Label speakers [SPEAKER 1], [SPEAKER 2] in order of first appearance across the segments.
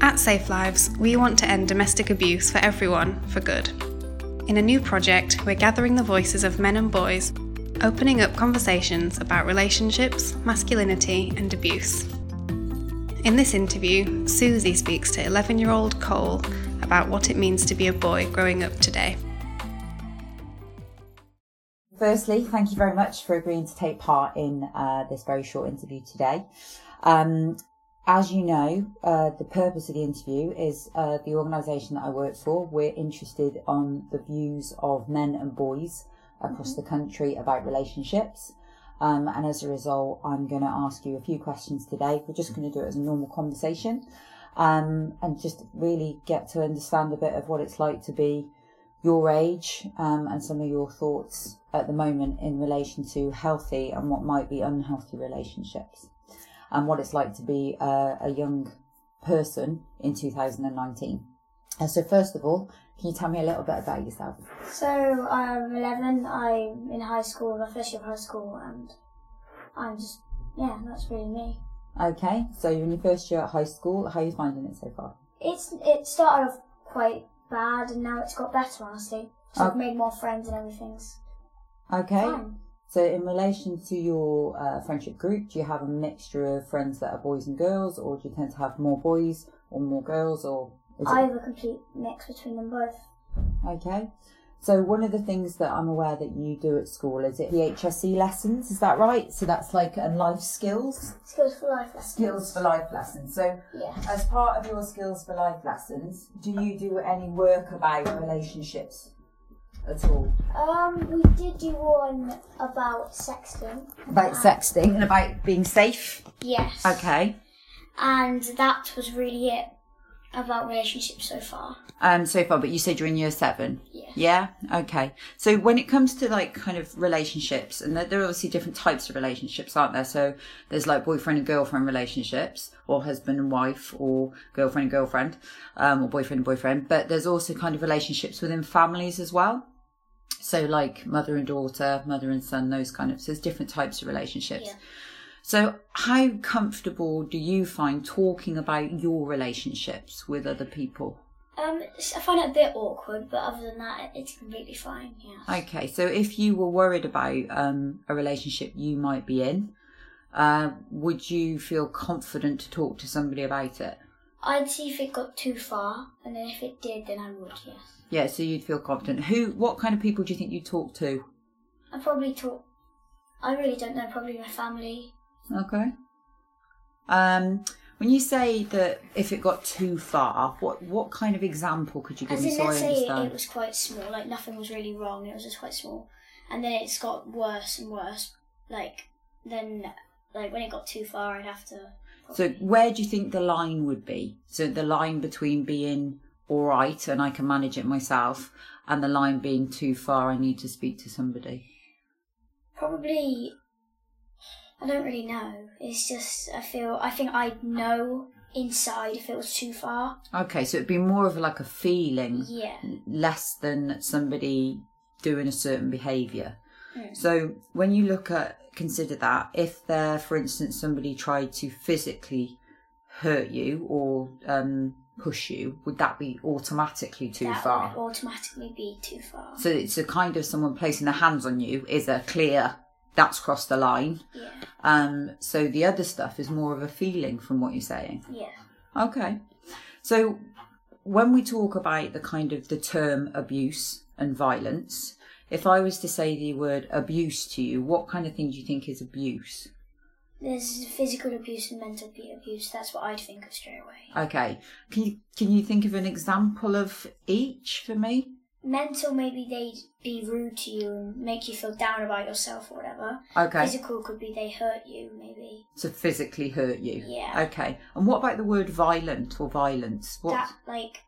[SPEAKER 1] At Safe Lives, we want to end domestic abuse for everyone for good. In a new project, we're gathering the voices of men and boys, opening up conversations about relationships, masculinity, and abuse. In this interview, Susie speaks to 11 year old Cole about what it means to be a boy growing up today.
[SPEAKER 2] Firstly, thank you very much for agreeing to take part in uh, this very short interview today. Um, as you know, uh, the purpose of the interview is uh, the organisation that I work for. We're interested on the views of men and boys across the country about relationships. Um, and as a result, I'm going to ask you a few questions today. We're just going to do it as a normal conversation um, and just really get to understand a bit of what it's like to be your age um, and some of your thoughts at the moment in relation to healthy and what might be unhealthy relationships and what it's like to be uh, a, a young person in 2019. Uh, so, first of all, can you tell me a little bit about yourself?
[SPEAKER 3] So I'm 11. I'm in high school, my first year of high school, and I'm just yeah, that's really me.
[SPEAKER 2] Okay, so you're in your first year at high school. How are you finding it so far?
[SPEAKER 3] It's it started off quite bad, and now it's got better. Honestly, so I've
[SPEAKER 2] Okay.
[SPEAKER 3] made more friends and everything's
[SPEAKER 2] Okay.
[SPEAKER 3] fine.
[SPEAKER 2] So, in relation to your uh, friendship group, do you have a mixture of friends that are boys and girls, or do you tend to have more boys or more girls, or is it-
[SPEAKER 3] I have a complete mix between them both.
[SPEAKER 2] okay? So, one of the things that I'm aware that you do at school is it PHSE E lessons, is that right? So that's like and life skills,
[SPEAKER 3] Skills for life lessons.
[SPEAKER 2] skills for life lessons. So,
[SPEAKER 3] Yeah.
[SPEAKER 2] as part of your skills for life lessons, do you do any work about relationships at all?
[SPEAKER 3] Um, we did do one about sexting.
[SPEAKER 2] About sexting and about being safe.
[SPEAKER 3] Yes.
[SPEAKER 2] Okay.
[SPEAKER 3] And that was really it about relationships so far.
[SPEAKER 2] um so far but you said you're in year seven
[SPEAKER 3] Yeah.
[SPEAKER 2] yeah okay so when it comes to like kind of relationships and there, there are obviously different types of relationships aren't there so there's like boyfriend and girlfriend relationships or husband and wife or girlfriend and girlfriend um, or boyfriend and boyfriend but there's also kind of relationships within families as well so like mother and daughter mother and son those kind of so there's different types of relationships
[SPEAKER 3] Yeah.
[SPEAKER 2] so how comfortable do you find talking about your relationships with other people
[SPEAKER 3] Um, s- I find it a bit awkward, but other than that, it- it's completely fine. Yeah.
[SPEAKER 2] Okay, so if you were worried about um, a relationship you might be in, uh, would you feel confident to talk to somebody about it?
[SPEAKER 3] I'd see if it got too far, and then if it did, then I would. Yes.
[SPEAKER 2] Yeah, so you'd feel confident. Who? What kind of people do you think you talk to?
[SPEAKER 3] I probably talk. I really don't know. Probably my family.
[SPEAKER 2] Okay. Um, when you say that if it got too far, what what kind of example could you give
[SPEAKER 3] As
[SPEAKER 2] me
[SPEAKER 3] in,
[SPEAKER 2] so I
[SPEAKER 3] let's say
[SPEAKER 2] understand?
[SPEAKER 3] it was quite small, like nothing was really wrong. It was just quite small, and then it's got worse and worse. Like then, like when it got too far, I'd have to.
[SPEAKER 2] So where do you think the line would be? So the line between being all right and I can manage it myself, and the line being too far, I need to speak to somebody.
[SPEAKER 3] Probably. I don't really know. It's just I feel. I think I know inside if it was too far.
[SPEAKER 2] Okay, so it'd be more of like a feeling,
[SPEAKER 3] Yeah.
[SPEAKER 2] less than somebody doing a certain behaviour.
[SPEAKER 3] Mm.
[SPEAKER 2] So when you look at consider that if there, for instance, somebody tried to physically hurt you or um, push you, would that be automatically too
[SPEAKER 3] that
[SPEAKER 2] far?
[SPEAKER 3] would automatically be too far.
[SPEAKER 2] So it's a kind of someone placing their hands on you is a clear that's crossed the line.
[SPEAKER 3] yeah.
[SPEAKER 2] Um, so the other stuff is more of a feeling from what you're saying.
[SPEAKER 3] Yeah.
[SPEAKER 2] Okay. So when we talk about the kind of the term abuse and violence, if I was to say the word abuse to you, what kind of thing do you think is abuse?
[SPEAKER 3] There's physical abuse and mental abu- abuse. That's what I'd think of straight away.
[SPEAKER 2] Okay. Can you, can you think of an example of each for me?
[SPEAKER 3] Mental, maybe they'd be rude to you and make you feel down about yourself or whatever.
[SPEAKER 2] Okay.
[SPEAKER 3] Physical could be they hurt you, maybe.
[SPEAKER 2] to physically hurt you.
[SPEAKER 3] Yeah.
[SPEAKER 2] Okay. And what about the word violent or violence? What?
[SPEAKER 3] That, like,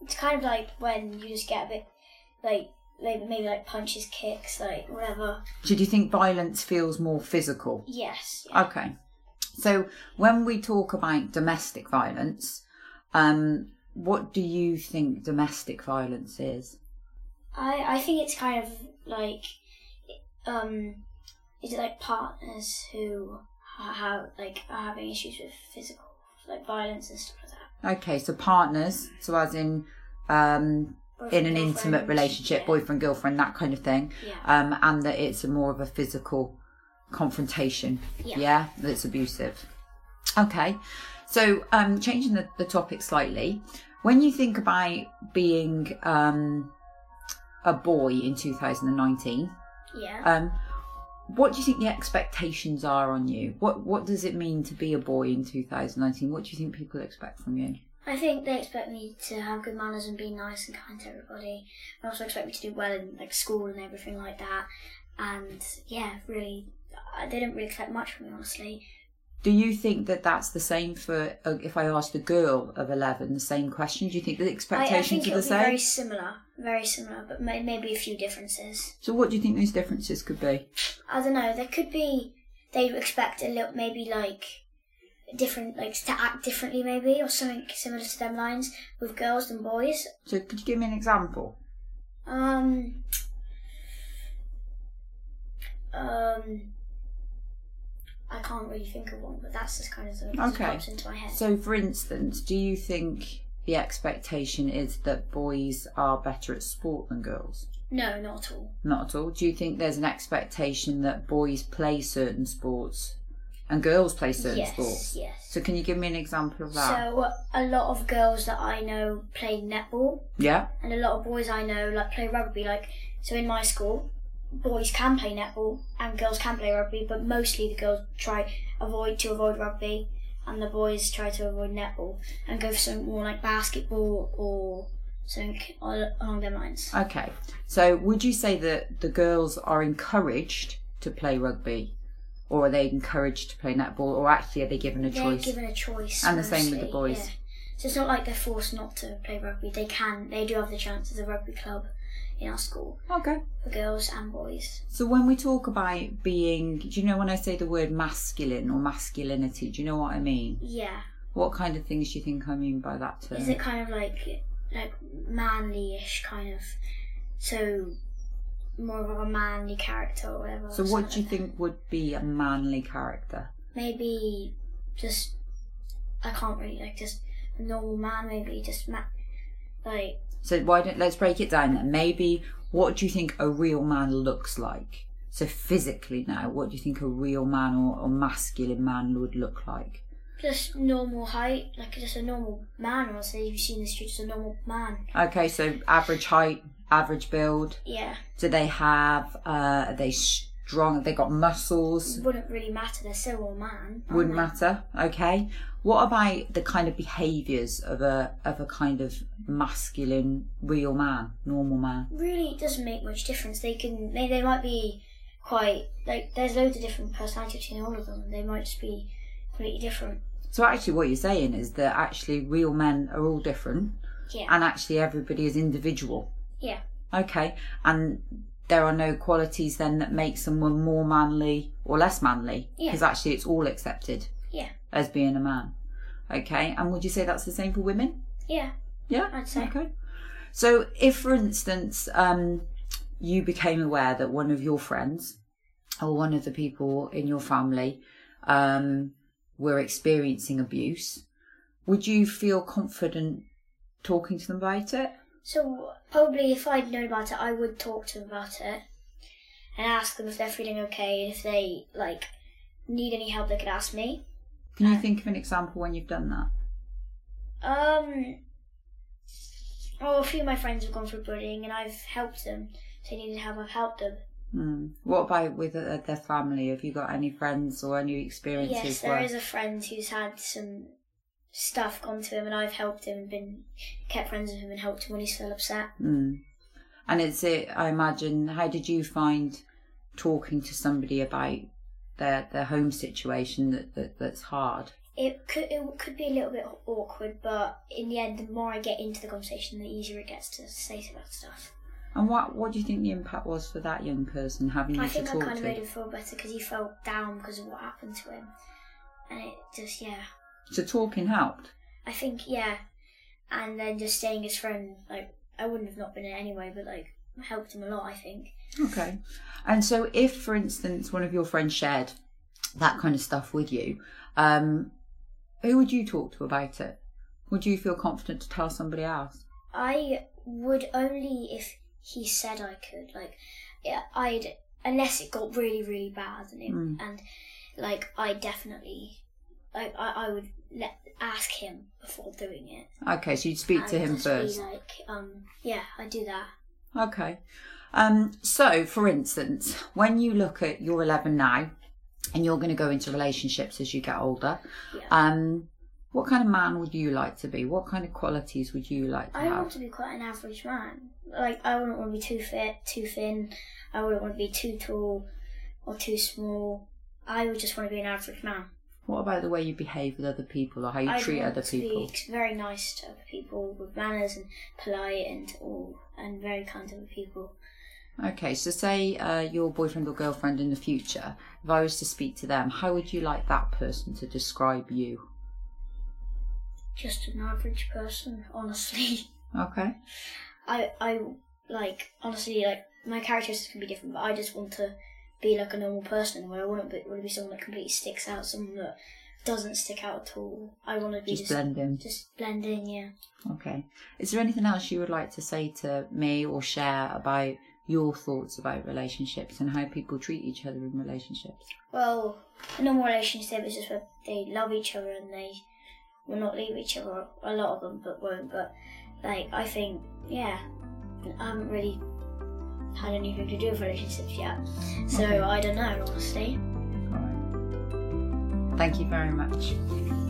[SPEAKER 3] it's kind of like when you just get a bit, like, maybe, maybe like punches, kicks, like, whatever.
[SPEAKER 2] So do you think violence feels more physical?
[SPEAKER 3] Yes. yeah.
[SPEAKER 2] Okay. So when we talk about domestic violence, um, what do you think domestic violence is?
[SPEAKER 3] I, I think it's kind of like, um, it's like partners who ha- have, like, are having issues with physical, like, violence and stuff like that.
[SPEAKER 2] Okay, so partners, so as in um, in an
[SPEAKER 3] Boyfriend,
[SPEAKER 2] intimate
[SPEAKER 3] girlfriend,
[SPEAKER 2] relationship,
[SPEAKER 3] yeah.
[SPEAKER 2] boyfriend, girlfriend, that kind of thing,
[SPEAKER 3] Yeah.
[SPEAKER 2] um, and that it's a more of a physical confrontation,
[SPEAKER 3] Yeah.
[SPEAKER 2] that's abusive. Okay, so um, changing the, the topic slightly, when you think about being um, a boy in 2019,
[SPEAKER 3] Yeah.
[SPEAKER 2] um, what do you think the expectations are on you? What What does it mean to be a boy in 2019? What do you think people expect from you?
[SPEAKER 3] I think they expect me to have good manners and be nice and kind to everybody. They also expect me to do well in like school and everything like that. And yeah, really, I- they don't really expect much from me, honestly.
[SPEAKER 2] Do you think that that's the same for uh, if I asked a girl of 11 the same question? Do you think the
[SPEAKER 3] I, I think
[SPEAKER 2] expectations
[SPEAKER 3] it'll
[SPEAKER 2] are the
[SPEAKER 3] be
[SPEAKER 2] same?
[SPEAKER 3] very similar, very similar, but may, maybe a few differences.
[SPEAKER 2] So, what do you think those differences could be?
[SPEAKER 3] I don't know. There could be they expect a little, maybe like different, like to act differently, maybe or something similar to them lines with girls than boys.
[SPEAKER 2] So, could you give me an example?
[SPEAKER 3] Um. Um. I can't really think of one, but that's just kind of the
[SPEAKER 2] Okay.
[SPEAKER 3] okay. pops into my head.
[SPEAKER 2] So, for instance, do you think the expectation is that boys are better at sport than girls?
[SPEAKER 3] no, not at all.
[SPEAKER 2] Not at all. Do you think there's an expectation that boys play certain sports and girls play certain
[SPEAKER 3] yes,
[SPEAKER 2] sports?
[SPEAKER 3] yes.
[SPEAKER 2] So, can you give me an example of that?
[SPEAKER 3] So a lot of girls that I know play netball,
[SPEAKER 2] yeah.
[SPEAKER 3] and a lot of boys I know like play rugby. Like so, in my school, boys can play netball and girls can play rugby, but mostly the girls try avoid to avoid rugby, and the boys try to avoid netball and go for something more like basketball or something al- along their lines.
[SPEAKER 2] Okay. So would you say that the girls are encouraged to play rugby or are they encouraged to play netball or actually are they given a
[SPEAKER 3] They're
[SPEAKER 2] choice?
[SPEAKER 3] given a choice,
[SPEAKER 2] And the same with the
[SPEAKER 3] mostly,
[SPEAKER 2] boys.
[SPEAKER 3] yeah. So it's not like they're forced not to play rugby. They can. They do have the chance. There's a rugby club in our school
[SPEAKER 2] Okay.
[SPEAKER 3] for girls and boys.
[SPEAKER 2] So when we talk about being, do you know when I say the word masculine or masculinity, do you know what I mean?
[SPEAKER 3] Yeah.
[SPEAKER 2] What kind of things do you think I mean by that term?
[SPEAKER 3] Is it kind of like like manly-ish kind of so more of a manly character or whatever?
[SPEAKER 2] so what do you
[SPEAKER 3] something like
[SPEAKER 2] think would be a manly character?
[SPEAKER 3] that. Maybe just I can't really like just a normal man. Maybe just ma- like
[SPEAKER 2] So why don't let's break it down then. Maybe what do you think a real man looks like? So physically now, what do you think a real man or, or masculine man would look like?
[SPEAKER 3] just normal height, like just a normal man. Or say you've seen the street, just a normal man.
[SPEAKER 2] Okay, so average height, average build.
[SPEAKER 3] Yeah,
[SPEAKER 2] Do they have? Uh, are they strong? Have they got muscles?
[SPEAKER 3] wouldn't really matter. They're still a man. aren't
[SPEAKER 2] Wouldn't
[SPEAKER 3] they?
[SPEAKER 2] matter. Okay. What about the kind of behaviours of a of a kind of masculine, real man, normal man?
[SPEAKER 3] really it doesn't make much difference. They can they, they might be quite like there's loads of different personalities between all of them. and They might just be completely different.
[SPEAKER 2] So actually, what you're saying is that actually real men are all different,
[SPEAKER 3] Yeah.
[SPEAKER 2] and actually everybody is individual.
[SPEAKER 3] yeah.
[SPEAKER 2] Okay. And there are no qualities then that make someone more manly or less manly,
[SPEAKER 3] Yeah.
[SPEAKER 2] because actually it's all accepted.
[SPEAKER 3] Yeah.
[SPEAKER 2] as being a man. Okay, and would you say that's the same for women?
[SPEAKER 3] Yeah.
[SPEAKER 2] Yeah,
[SPEAKER 3] I'd say.
[SPEAKER 2] Okay. So, if for instance, um, you became aware that one of your friends or one of the people in your family um, were experiencing abuse, would you feel confident talking to them about it?
[SPEAKER 3] So probably if I'd known about it, I would talk to them about it and ask them if they're feeling okay and if they like need any help. They could ask me.
[SPEAKER 2] Can you think of an example when you've done that?
[SPEAKER 3] Um. Oh, a few of my friends have gone through bullying, and I've helped them. If they needed help, I've helped them.
[SPEAKER 2] Hmm. What about with uh, their family? Have you got any friends or any experiences?
[SPEAKER 3] Yes,
[SPEAKER 2] where-
[SPEAKER 3] there is a friend who's had some stuff gone to him, and I've helped him, been kept friends with him, and helped him when he's felt upset.
[SPEAKER 2] Mm. And it's it. I imagine. How did you find talking to somebody about their their home situation that, that that's hard?
[SPEAKER 3] It could it could be a little bit awkward, but in the end, the more I get into the conversation, the easier it gets to say about stuff.
[SPEAKER 2] And what what do you think the impact was for that young person having you
[SPEAKER 3] I
[SPEAKER 2] to
[SPEAKER 3] think I
[SPEAKER 2] talk
[SPEAKER 3] kind of
[SPEAKER 2] to?
[SPEAKER 3] made him feel better because he felt down because of what happened to him, and it just yeah,
[SPEAKER 2] So talking helped.
[SPEAKER 3] I think yeah, and then just staying his friend like I wouldn't have not been it anyway, but like helped him a lot. I think.
[SPEAKER 2] Okay. And so, if for instance one of your friends shared that kind of stuff with you, um, who would you talk to about it? Would you feel confident to tell somebody else?
[SPEAKER 3] I would only if he said I could. Like, yeah, I'd unless it got really, really bad, and it,
[SPEAKER 2] Mm.
[SPEAKER 3] and like I definitely, like I, I would let ask him before doing it.
[SPEAKER 2] Okay, so you'd speak to
[SPEAKER 3] And
[SPEAKER 2] him
[SPEAKER 3] just be
[SPEAKER 2] first.
[SPEAKER 3] Like, um, yeah, I do that.
[SPEAKER 2] Okay. Um, so, for instance, when you look at you're 11 now and you're going to go into relationships as you get older,
[SPEAKER 3] Yeah.
[SPEAKER 2] um, what kind of man would you like to be? What kind of qualities would you like to
[SPEAKER 3] I want
[SPEAKER 2] have?
[SPEAKER 3] to be quite an average man. Like I wouldn't want to be too fit, too thin. I wouldn't want to be too tall or too small. I would just want to be an average man.
[SPEAKER 2] What about the way you behave with other people or how you
[SPEAKER 3] I'd
[SPEAKER 2] treat
[SPEAKER 3] want
[SPEAKER 2] other
[SPEAKER 3] to be
[SPEAKER 2] people?
[SPEAKER 3] ex- very nice to other people with manners and polite and all, and very kind to other people.
[SPEAKER 2] Okay, so say uh, your boyfriend or girlfriend in the future, if I was to speak to them, how would you like that person to describe you?
[SPEAKER 3] Just an average person, honestly.
[SPEAKER 2] Okay.
[SPEAKER 3] I I like honestly like my characteristics can be different, but I just want to be like a normal person where I wouldn't be, want to be someone that completely sticks out, someone that doesn't stick out at all. I want to be
[SPEAKER 2] Just
[SPEAKER 3] just
[SPEAKER 2] blend in.
[SPEAKER 3] just blend in, yeah.
[SPEAKER 2] Okay. Is there anything else you would like to say to me or share about your thoughts about relationships and how people treat each other in relationships?
[SPEAKER 3] Well, a normal relationship is just where they love each other and they will not leave each other. A lot of them, but won't. But like, I think, yeah, I haven't really had anything to do with relationships yet, so
[SPEAKER 2] Okay.
[SPEAKER 3] I don't know honestly.
[SPEAKER 2] All right. Thank you very much.